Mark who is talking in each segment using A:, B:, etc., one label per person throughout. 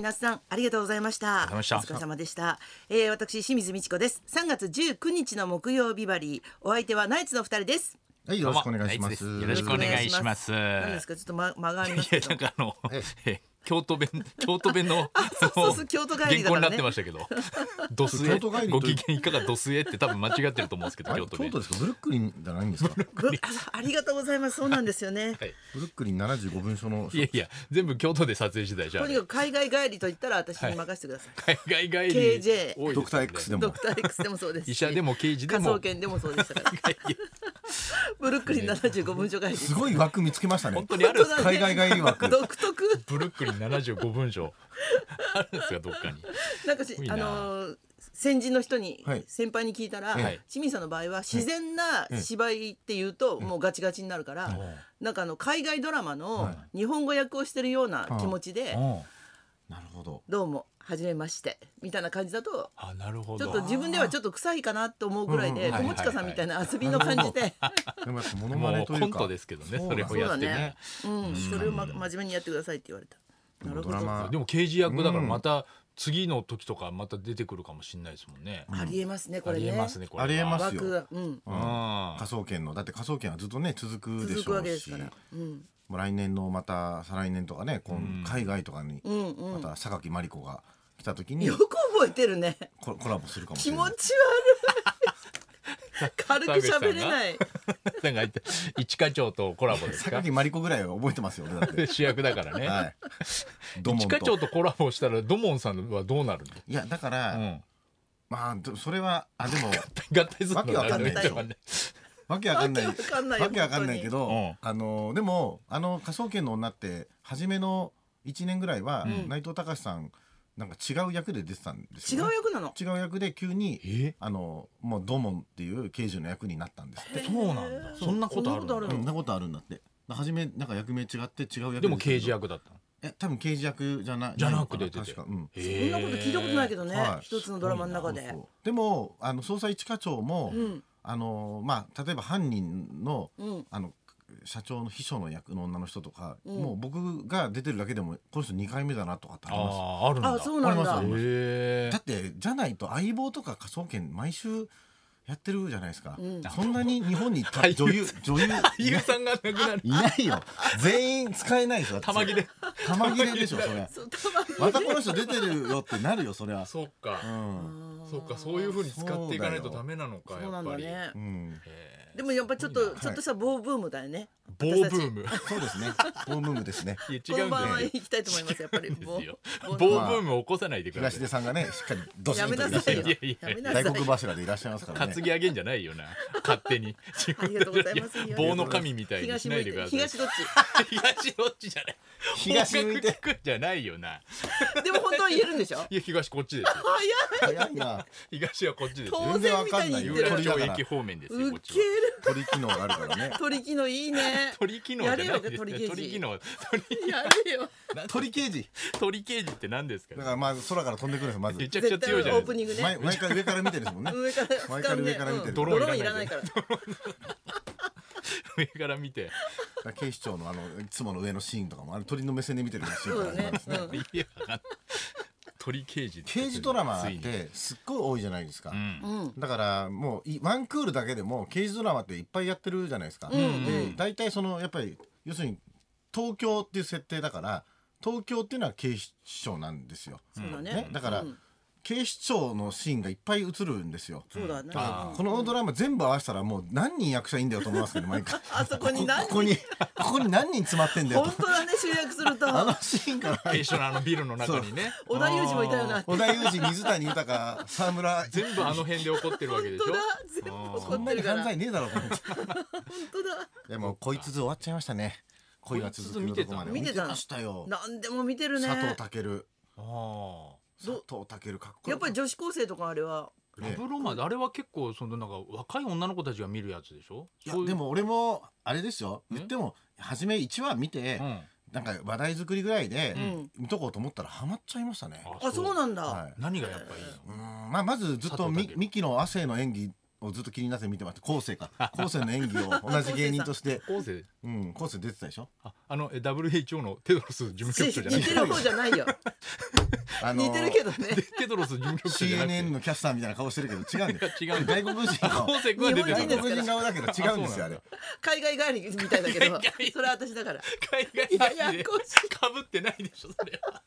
A: 皆さんありがとうございました。
B: りがとうございました
A: お疲れ様でした。えー、私清水美智子です。3月19日の木曜日バリー、お相手はナイツの二人です。
C: はい、よろしくお願いしま
B: どう
C: す。
B: もナイツですよろしくお願いします
A: 何ですかちょっとま間があります
B: い
A: け
B: や
A: ど
B: なん。かあのえ京都弁 京都弁の
A: そうそうそう
B: あの
A: 京都帰りだからね
B: 原稿になってましたけ ど「ドスエ
C: 京都帰り」と
B: ご機嫌いかが「ドスエ」って多分間違ってると思うんですけど
C: あれ
B: 京都
C: 京
B: 弁
C: 都ですかブルックリンじゃないんですか
A: ぶあありがとうございます。そうなんですよね。
B: はい
C: ブルックリン75分所の
B: いやいや全部京都で撮影してたじゃ
A: と
B: ん
A: にかく海外帰りと言ったら私に任せてください。
B: 海外帰り
A: KJ
B: 多いですよね
C: ドクター X で
A: ド
C: も
A: クター X でもそうですし。
B: 医者でも刑事で
A: 科
B: も
A: 捜研でもそうでしたから。ブルックリン75分所帰り。
C: すごい枠見つけましたね
B: 本当にあるんです
A: 本当だ
C: 海外帰り枠
A: 独特。
B: ブルックリン75文章あるんですかどっかに
A: なんかし
B: すごいな
A: あのー先人の人に、
C: はい
A: 先輩に聞いたら、
B: はい
A: 清水さんの場合は自然な芝居っていうと、もうガチガチになるから、なんかあの海外ドラマの
C: は
A: 日本語訳をしてるような気持ちで、
C: なるほど
A: どうも初めましてみたいな感じだと
B: あなるほ
A: ちょ
B: ど
A: っと自分ではちょっと臭いかなと思うぐらいで
C: うんう
B: う
C: ん
B: ん
A: 友近さんみたいな遊びの感じで
C: でもやっぱモノマ
B: も
C: ネ
B: う
C: という
B: コ
C: か
B: ントですけどね
C: そう
B: それ
C: なん
B: をやって
A: そうだねう
B: ね
A: んそれを、ま、真面目にやってくださいって言われた。なるほ
C: ドラ
A: ど
C: マ
B: でも刑事役だから
C: うん
B: また次の時とかまた出てくるかもしれないですもんね。
A: ありえますねこ
B: あ
A: れ
B: り
A: ね。
B: えますねこれは
C: ありえます
A: ワ
C: よ
A: クワクうん、
C: 科捜研のだって科捜研はずっとね続くで
A: 続
C: し
A: く
C: ょ
A: わ
C: う
A: けです
C: し
A: から。うん
C: もう来年のまた再来年とかねこう海外とかに
A: うんうん
C: また榊マリコが来た時に
A: よく覚えてるね。
C: ココラボするかもし
A: 気
C: れな
A: 持
C: い
A: ち悪い。軽く喋れない。
B: なんか 言って一課長とコラボですか
C: 榊マリコぐらいは覚えてますよ俺だって
B: 主役だからね。
C: はいドモ
B: 一
C: ン
B: 課長
C: と
B: とコラボしたらドモンさんはどうなる
C: いやだから、
B: の、
C: まあどそれはあでも
B: うん、合体するの
C: わけわ
A: かんない
B: 合体はね
C: わけわかんない。
A: わけわかんないよ
C: わけわかんないけど、
B: 本
C: あのでもあの科捜研の女って初めの一年ぐらいは、
B: うん
C: 内藤隆さんなんか違う役で出てたんです
A: 違う
C: よ、ね。
A: 役なの。
C: 違う役で急に
B: え
C: あのもうドモンっていう刑事の役になったんですって。
B: そうなんだそんなことあるんだ
A: そんな
C: う
A: こ
C: んそん
A: と
C: なことあるんだって。初めなんか役名違って違う役
B: でも刑事
C: 役
B: 役だったの。
C: え多分刑事役じゃない
B: じゃなくて
C: いのか
B: 出て
C: 確かうん
A: あるの。そんなこと聞いたことないけ
B: ど。
A: ど
C: は
A: ね
C: い。
A: 一つのドラマの中で
C: そう。そうでもあの捜査一課長も、
A: うん
C: あのまあ例えば犯人の
A: うん。
C: あの社長の秘書の役の女の人とか、
A: うん
C: もう僕が出てるだけでもこの人2回目だなとかってあります
B: あああるんだ。
A: あ、そうなんだ
C: あり。ます
B: へ
C: だってじゃないと相棒とか科捜研毎週やってるじゃないですか、
A: うん
C: そんなに日本にた
B: 俳優
C: 女優女優
B: え。俳優さんがなくなる。
C: いないよ全員使えないでしょ
B: 玉切れ。
C: 玉切れでしょそれ
A: そうたまに
C: またこの人出てるよってなるよそり ゃ
B: そうか。
C: うん、
B: そうかそういう風に使っていかないと
C: そうだよ
B: ダメなのか
A: そう
B: や
A: な
B: っ
A: んだ
B: ぱり。
A: ね
C: う。ん、
B: えー
A: でもやっぱちょっと
C: い
A: ちょっとした棒ブームだよね。
B: 棒ブーム。
C: そうですねホームームですね
B: いや違
A: この
B: うん
A: 番は
B: だよ。
A: 行きたいと思います。やっぱり
B: で
A: 棒
B: すよ。
A: 棒
B: 棒ブームを起こさないでくだ
C: 東
B: さ
C: 出
B: い。
C: さんがねしっかりドス
A: や
C: ン
A: め
C: と
A: ない
C: らっし
A: さ
C: ゃ
A: い
C: る
A: よ
B: いやい。や
A: やめなさ
C: 大
A: いよ。
C: 黒柱でいらっしゃいますから
B: 担
C: ね
B: ぎ上げんじゃないよな。勝手に。
A: ありがとうございます
B: 自分で棒の神みたいに
A: 東
B: しな
A: 向
B: い
A: い
B: でく
A: て
B: ださい。
A: 東どっ
B: 東どっちじゃない。
C: 東向いて
B: 方角聞くじゃないよな。
A: ち。でも本当は言えるんでしょ。
B: いや東こっちですよ。
A: 早い。
C: 早いな
B: 東はこっちですよ。
A: 当然みたいに言っ
B: 有
A: て
B: 楽
A: る。
B: 町駅方面ですよ。こ
A: ウ
B: っ
A: ケ
B: ちは。
A: る。
C: 鳥機能があるからね
A: 鳥機のいいね。
B: 鳥機能じゃない
A: やれ
B: で
A: よ鳥
B: す
A: 刑
B: 鳥
A: 事
B: 機能。鳥
A: やるよ。
B: なん
C: 鳥刑事
B: 鳥刑事って何ですか
C: だ。からまあ空から飛んでくるんですよまず
B: めちゃくちゃ
A: 絶対
B: 強
A: オ
B: いじゃな
A: ー
B: い
A: プニ
B: ですか。
A: ングね
C: 毎。毎回上から見てるんですもんね
A: 上から
C: 毎回
A: 俯瞰で
C: 上から見てる
A: うんド
B: ドローン
A: ローンい
B: い
A: ら
B: ら
A: な
B: ないい
A: から。
B: 上から見て。
C: だから警視庁のあのいつもの上のシーンとかもあれ鳥の目線で見てるシ
A: そ
C: ーン
A: う
C: から
A: だ
C: 始ま
A: ね
C: るんで
A: うん
C: す。ね
B: いやわかんない鳥刑事って
C: 刑事ドラマっ
B: ついに
C: てすっごい多いじゃないですか、
B: うん
A: うん。
C: だからもういワンクールだけでも刑事ドラマっていっぱいやってるじゃないですか、で大体そのやっぱり要するに東京っていう設定だから東京っていうのは警視庁なんですよ、
A: そうだね
C: ね。だから、
A: うん
C: 警視庁のシーンがいっぱい映るんですよ
A: そうだね。
B: あ
C: このドラマ全部合わせたらもう何人役者いいんだよと思いますけど毎回
A: あそこに何人
C: ここにここに何人詰まってんだよと
A: 本当だね集約すると。
C: あのシーンから
B: 警視庁のあのビルの中にね
A: 織田裕二もいたよな。
C: 織田裕二水谷豊沢村
B: 全部あの辺で起こってるわけでしょ
A: 本当だ全部怒っ
C: そん
A: て
C: な
A: る
C: に
A: から。
C: 犯
A: 本
C: 罪ねえだろうと思って
A: 当だ。
C: いやもうこいつず終わっちゃいましたね恋が続くとこまで
A: こいつず見てた
C: ましたよ
A: 何でも見てるね。
C: 佐藤健
B: あ
C: 佐藤健かっこ
A: やっぱり
C: ジ
A: 女子高生とかあれは。
B: ーラブロマンあれは結構そのなんか若い女の子たちが見るやつでしょ
C: いや
B: そういう
C: でも俺もあれですよ
B: ん
C: 言っても初め1話見て
B: うん
C: なんか話題作りぐらいで
A: ん
C: 見とこうと思ったらハマっちゃいましたね
A: あそうなんだ。
C: はい
B: 何がやっぱいいの
C: うーんまあまずずっと
B: 佐藤
C: み
B: 健
C: ミキの亜生の演技をずっと気になって見てました後世か後世の演技 を同じ芸人として
B: 後世
C: うん後世出てたでしょ
B: ああのえ WHO のテドロス事務局長じゃない
A: 似てる方じゃない よ
C: あ
A: 似てるけどね
B: テドロス事務局長じゃなくて
C: CNN のキャスターみたいな顔してるけど違うんだよ
B: いや違うんだ
C: 外国人の
B: 後世君は出
A: 日
B: て
A: 本人で
B: る
A: す
C: 外国人顔だけど違うんですよあれ
A: 海外帰りみたいだけど
B: 海外
A: それは私だから
B: 海
A: いや
B: 外
A: や
B: だ
A: や
B: し
A: こ
B: かぶってないでしょそれは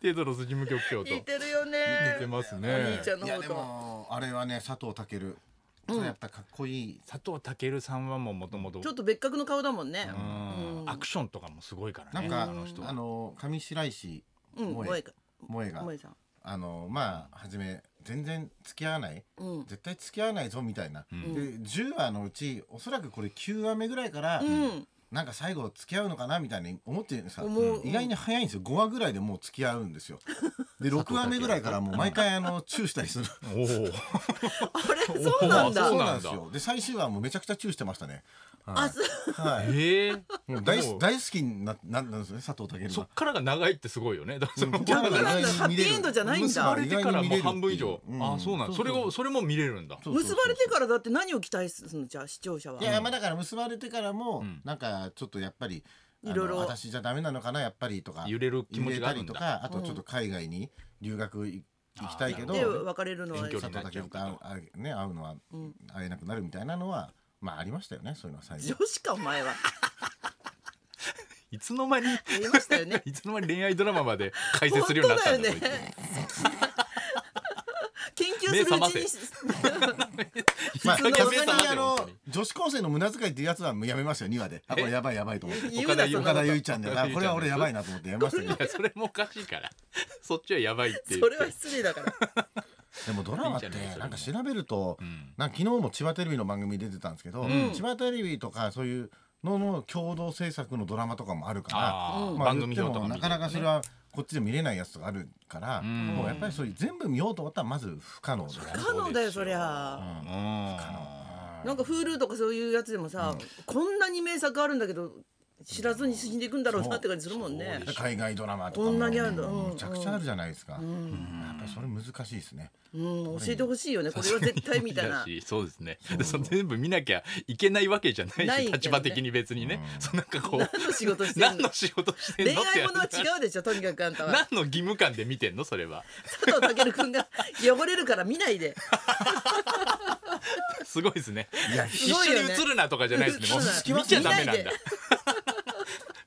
B: テドロス事務局長と
A: 似
B: 似
A: てるよね
B: てます
A: お兄
B: ね
A: ちゃんの
C: い
A: 方
C: やで
A: と
C: もあれはね佐藤健これやっぱかっこいい
B: 佐藤健さんはもうもともと
A: ちょっと別格の顔だもんね
B: アクションとかもすごいから
C: な
B: ね
C: んか
B: あの人
C: あの上白石
A: うん
C: 萌
A: 萌え
C: え
A: か
C: 萌えが
A: 萌えさん
C: あのまあ初め全然付き合わない
A: うん
C: 絶対付き合わないぞみたいな、
B: ん
C: で10話のうちおそらくこれ9話目ぐらいから、
A: うん
C: なんか最後付き合うのかなみたいに思ってるんですが
A: 思う
C: 意外に早いんですよ5話ぐらいでもう付き合うんですよで6話目ぐらいからもう毎回あのチューしたりする
B: おお
A: あ れそうなんだ
B: あそう
C: そう
B: な
C: なん
B: だ
C: んですよで最終話はもうめちゃくちゃチューしてましたね
A: あそう
C: はい
B: ええ
C: もう大
B: もう
C: 好大好きになななんですね佐藤健
B: そっ
C: が
B: からが長いってすごいよねだからその
C: うん
A: 逆なんだ
C: 意
A: ハッ
C: 外
A: ピ
C: に見れる
A: ーエンドじゃないん
C: 結
A: だ
C: ば
B: あ
C: れ
B: れ
C: て
B: て
C: か
B: からら
C: も
B: も
C: う
B: う
C: 半
B: 半
C: 分
B: 分
C: 以
B: 以
C: 上
B: 上
C: うん
B: ああそうなんだそれをそれも見れるんだ
C: そうそうそ
A: 結
C: う
A: ばれてからだって何を期待するのじゃあ視聴者はい
C: やまあだから結ばれてからも、
B: ん
C: なんかちょっとやっぱりあの
A: いろいろ
C: 私じゃダメなのかなやっぱりとか
B: 揺れる気持ちがある
C: 揺れ
B: ん
C: たりと
B: だ
C: かあとちょっと海外に留学い行きたいけど
A: で別れるのは
B: 遠距離
C: 佐藤健と会うあね会うのは
A: うん
C: 会えなくなるみたいなのはまあありましたよねそういうのは最
A: 女
C: 後
A: 子かお前はい
B: つの間に
A: 言いましたよね
B: いつの間に恋愛ドラマまで解
A: 本
B: 説するようになったんだ
A: 当だよね研究するうちに
C: まあ
A: 普通の大
C: さすがに
A: 人
C: あ
B: 本
C: の
B: 当に
C: 女子高生の無駄遣いっていうやつはやめましたよ2話であこれやばいやばいと思って
A: 言う
B: 岡
A: な
B: 田
A: そんな
C: 岡田
A: こ
C: 結実ちゃんであこれは俺やばいなと思ってやめましたけど
B: これいやそれもおかしいからそっちはやばいって言
A: と
B: っ
A: それは
B: て
A: 失礼だから
C: でもドラマって
B: いいんじゃないそれ
C: なんか
B: も
C: 調べると、
B: ん
C: なんか昨日も千葉テレビの番組出てたんですけど、
B: ん
C: 千葉テレビとかそういうのの共同制作のドラマとかもあるから
B: あー
C: まあ
B: 番組表と
C: 言
B: か
C: ってもなかなかそれはこっちで見れないやつとかあるから、
B: ん
C: もうやっぱりそういう全部見ようと思ったらまず不可能だ
A: 不
C: ね。
A: 可能だよ
B: そ
A: そう
B: です
A: り
B: よ
A: ゃ
B: うんあ
A: なんか Hulu とかそういうやつでもさこんなに名作あるんだけど知らずに死んでいくんだろうなって感じするもんね
C: 海外ドラマとか
A: こ
C: も
A: んなにあるんだうん
C: むちゃくちゃあるじゃないですか、やっぱりそれ難しいですね、
A: うん教えてほしいよねこれは絶対みたいな
B: だし そうですねでその全部見なきゃいけないわけじゃない
A: ない
B: し
A: けどね
B: 立場的に別にねそうなんかこう
A: 何の仕事してん
B: 何
A: の
B: の仕事してん
A: 恋
B: のって
A: 愛ものは違うでしょとにかくあんたは
B: 何の義務感で見てんのそれは
A: 佐藤健君が汚れるから見ないです
B: ごいですね
C: いや
B: 一
A: すごい
B: 緒
A: よ
B: に
A: ね
B: 映るなとかじゃないですねもう
A: 映
C: るな
B: 見ちゃダメなん
A: 見な
B: だ
A: い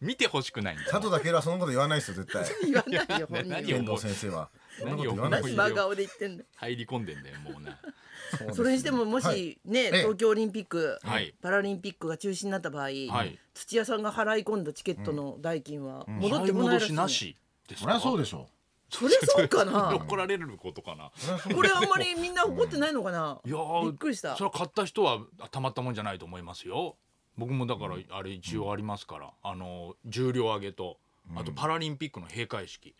B: 見てほしくないんだ
C: 佐藤健はそんなこと言わないですよ絶対
A: 言わないよ本
B: 何
A: 人
B: を
A: は
C: 遠藤先生はそんな
B: 何を
C: こと言わない
B: 何を
C: です
A: 何
C: よ
A: 真
B: よ
A: 顔で言ってんだ
B: 入り込んでんだよもうな
C: うです
A: それにしてもも
C: はい
A: しね
C: ええ
A: 東京オリンピック
B: はい
A: パラリンピックが中止になった場合
B: い
A: 土屋さんが払い込んだチケットの代金は戻ってこないら
B: 戻
A: し
B: し
A: いね
B: なしです
C: そりゃ
B: か
C: そうでしょ
A: そりゃそうかな
B: 怒られることかな
A: これあんまりみんな怒ってないのかない
B: やー
A: びっくりした
B: それは買った人はたまったもんじゃないと思いますよ僕もだからあれ一応ありますから、あの重量上げとあとパラリンピックの閉会式、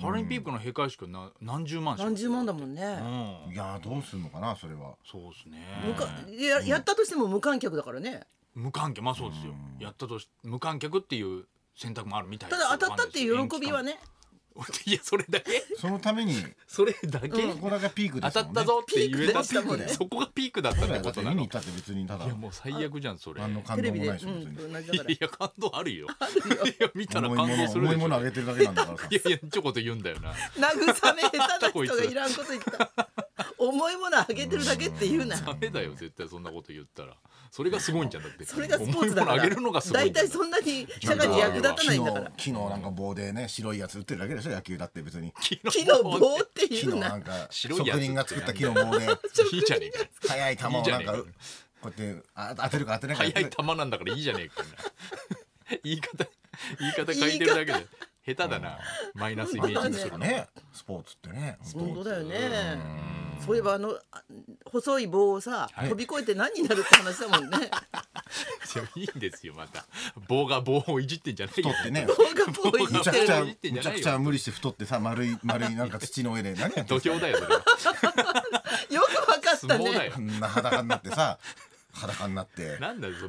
B: パラリンピックの閉会式はな何十万します
A: 何十万だもん
B: う
A: ね
B: ん
C: いやーどうするのかなそれは
B: そうですね
A: 無観ややったとしても無観客だからね
B: 無観客まあそうですよ、やったとし無観客っていう選択もあるみたい
A: た
B: です
A: だ当たったっていう喜びは
B: ね
A: ね
B: いやそれだけ
C: そのために
B: それだけ、
C: そこだけピークで
B: 当た
C: すもんね
B: ったぞって言えたって
A: ピークでしたもんね
B: そこがピークだったっ
C: 本
B: て
C: 来だ
B: こ
C: っ
B: と
C: て
B: な
C: 見
B: の
C: に行ったって別にただ
B: いやもう最悪じゃんそれい
C: 何の感
A: テレ
C: 動
A: ビ
C: も
A: で
C: な
A: う
C: いし別
A: ん
C: に
A: 同じだ
B: や
A: か
B: いや感動あるよいや見たら
C: 重い
B: 感
C: もの
B: 動する
C: 重い
B: でし
C: も
B: ょ
C: のあげてるだけなんだからさ
B: いやいやちょこと言うんだよな
A: ら慰め下手な人がいらんこと言った重いものあげてるだけって言うな
B: ダメだよ絶対そんなこと言ったらそれがすごいんじゃんだって
A: それがスポーツだか
B: 重いもの
A: ら
B: あげるのがすご
A: 大
B: いんだ
A: 体
B: よ
A: そんなに社会に役立たないんだから
C: 昨日昨日なんか棒でね白いやつ打ってるだけでしょ野球だって別に
A: 木の棒ってい
C: 昨
A: う
C: 日な
A: なん
C: か
B: 白いやつ
C: 職人が作った木の棒で
B: いいじゃねえか
C: 速い球を
B: いいじゃ
C: な
B: ね
C: ん
B: えか
C: かこうやってあ当てるか当てないかやっ
B: 速
C: て
B: い球なんだからいいじゃねえかな言い方言い方変えてるだけで下手だなマイナスイメージにするの
C: ねスポーツってね
A: 本当だよねそういえばあのあ細い棒をさ
B: い
A: 飛び越えて何になるって話だもんね
B: いやいいんですよまた棒が棒をいじってんじゃない
C: 太
B: よ
C: っ てね
A: 棒が棒をい
C: む
A: じ
C: ちゃ
A: っ
C: く
A: て
C: ちゃ
A: る
C: むちゃくちゃ無理して太ってさ丸い丸いなんか土の上で 何やって
B: 土
C: ん
B: 俵だよそれは
A: よくわかっ
B: 相
A: た
B: 撲だ
A: ね
B: よ
C: こんな裸になってさ裸になって
B: なんだよそれ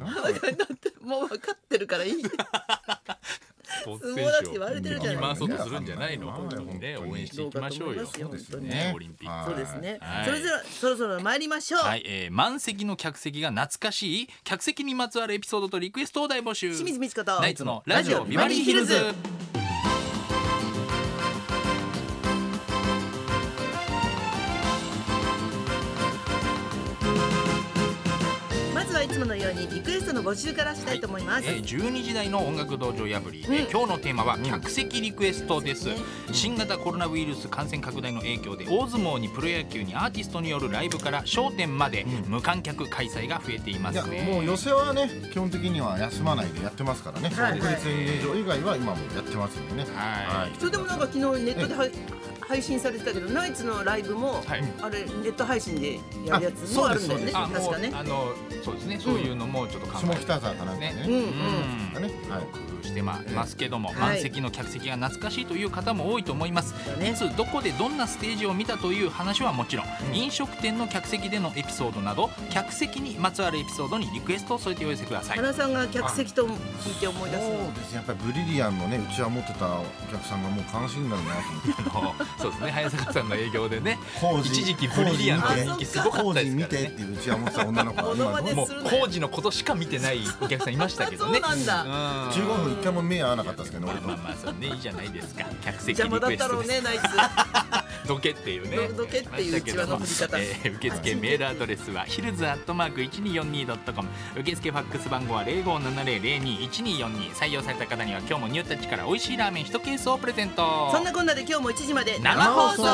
A: もう分かってるからいい
B: スポーツ
A: 相撲だって割れて
B: 選
A: る
B: 手
A: じ
B: を
A: ゃない
B: 回そうとするんじゃないの
C: いや
B: 本当にね
C: 本当に
B: 応援していきましょうよ
A: どうかと思いますよ
B: ね
A: 本当に
B: オリンピック
A: そ
C: はい
A: うですね、
B: はい
A: それぞれそろそろ参りましょう、
B: はい、えー満席の客席が懐かしい客席にまつわるエピソードとリクエストを大募集
A: 清水美智子と
B: ナイツのラジオビバリーヒルズ
A: まずはいつものようにリクエストの募集からしたいと思います、
B: えー12時台の音楽道場破り、えー今日のテーマは客席リクエストです、
A: そうで
B: 新型コロナウイルス感染拡大の影響で大相撲にプロ野球にアーティストによるライブから『商店まで無観客開催が増えていま
C: いや
B: すね
C: もう寄せはね基本的には休まないでやってますからね
A: はいはい
C: 国立演芸場以外は今もやってますよね
B: はい
A: それでもなんか昨日ネットでは配信されてたけどナイツのライブも、
B: はい
A: あれネット配信でやるやつもあるんだよね
B: あも
A: 確
B: う
A: かね
B: あのそうですねそういうのもちょっと考え
C: 下
B: て
C: 北沢かなんかね
B: ね
A: うんうん、
B: うん
C: ねはい
B: 工夫してますけども、
A: い
B: 満席の客席が懐かしいという方も多いと思います、
A: だね
B: いつどこでどんなステージを見たという話はもちろん、飲食店の客席でのエピソードなど客席にまつわるエピソードにリクエストを添えてお寄せください
A: 原さんが客席と聞いて思い出すの
C: そうですねやっぱりブリリアンのねうちわ持ってたお客さんがもう悲しいんだろうなと思って
B: あのそうですね早坂さんの営業 でね
C: 工事
B: 一時期ブリリアンの人気すごかった
C: 工
B: で
C: 事
B: す
C: 見
B: から
C: てっ
B: ね
C: ていううちわ持ってた女の子が
A: モノマ
C: 今
A: ネ
C: どう
B: もう工事のことしか見てないお客さんいましたけど
A: そ
B: ね
A: うなんだ
B: うん
C: 15分一回も目合わなかったですけどね
B: ま
C: 俺
B: あ
C: と
B: まあまあそれねいいじゃないですか客席
A: 邪
B: リ
A: 魔だ
B: ク
A: っ
B: エ
A: た
B: スト
A: ろ
B: で
A: う
B: す
A: ねナイツ
B: どけっていうね。
A: どどけっていううちわの振り方
B: えー受付メールアドレスはヒルズアットマーク一二四二ドットコム。受付ファックス番号は零五七零零二一二四二。採用された方には今日もニュータッチから美味しいラーメン一ケースをプレゼント。
A: そんなこんなで今日も1時まで
B: 生放
C: 送